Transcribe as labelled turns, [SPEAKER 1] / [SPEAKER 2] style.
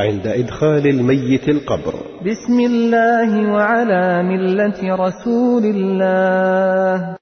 [SPEAKER 1] عند إدخال الميت القبر
[SPEAKER 2] بسم الله وعلى ملة رسول الله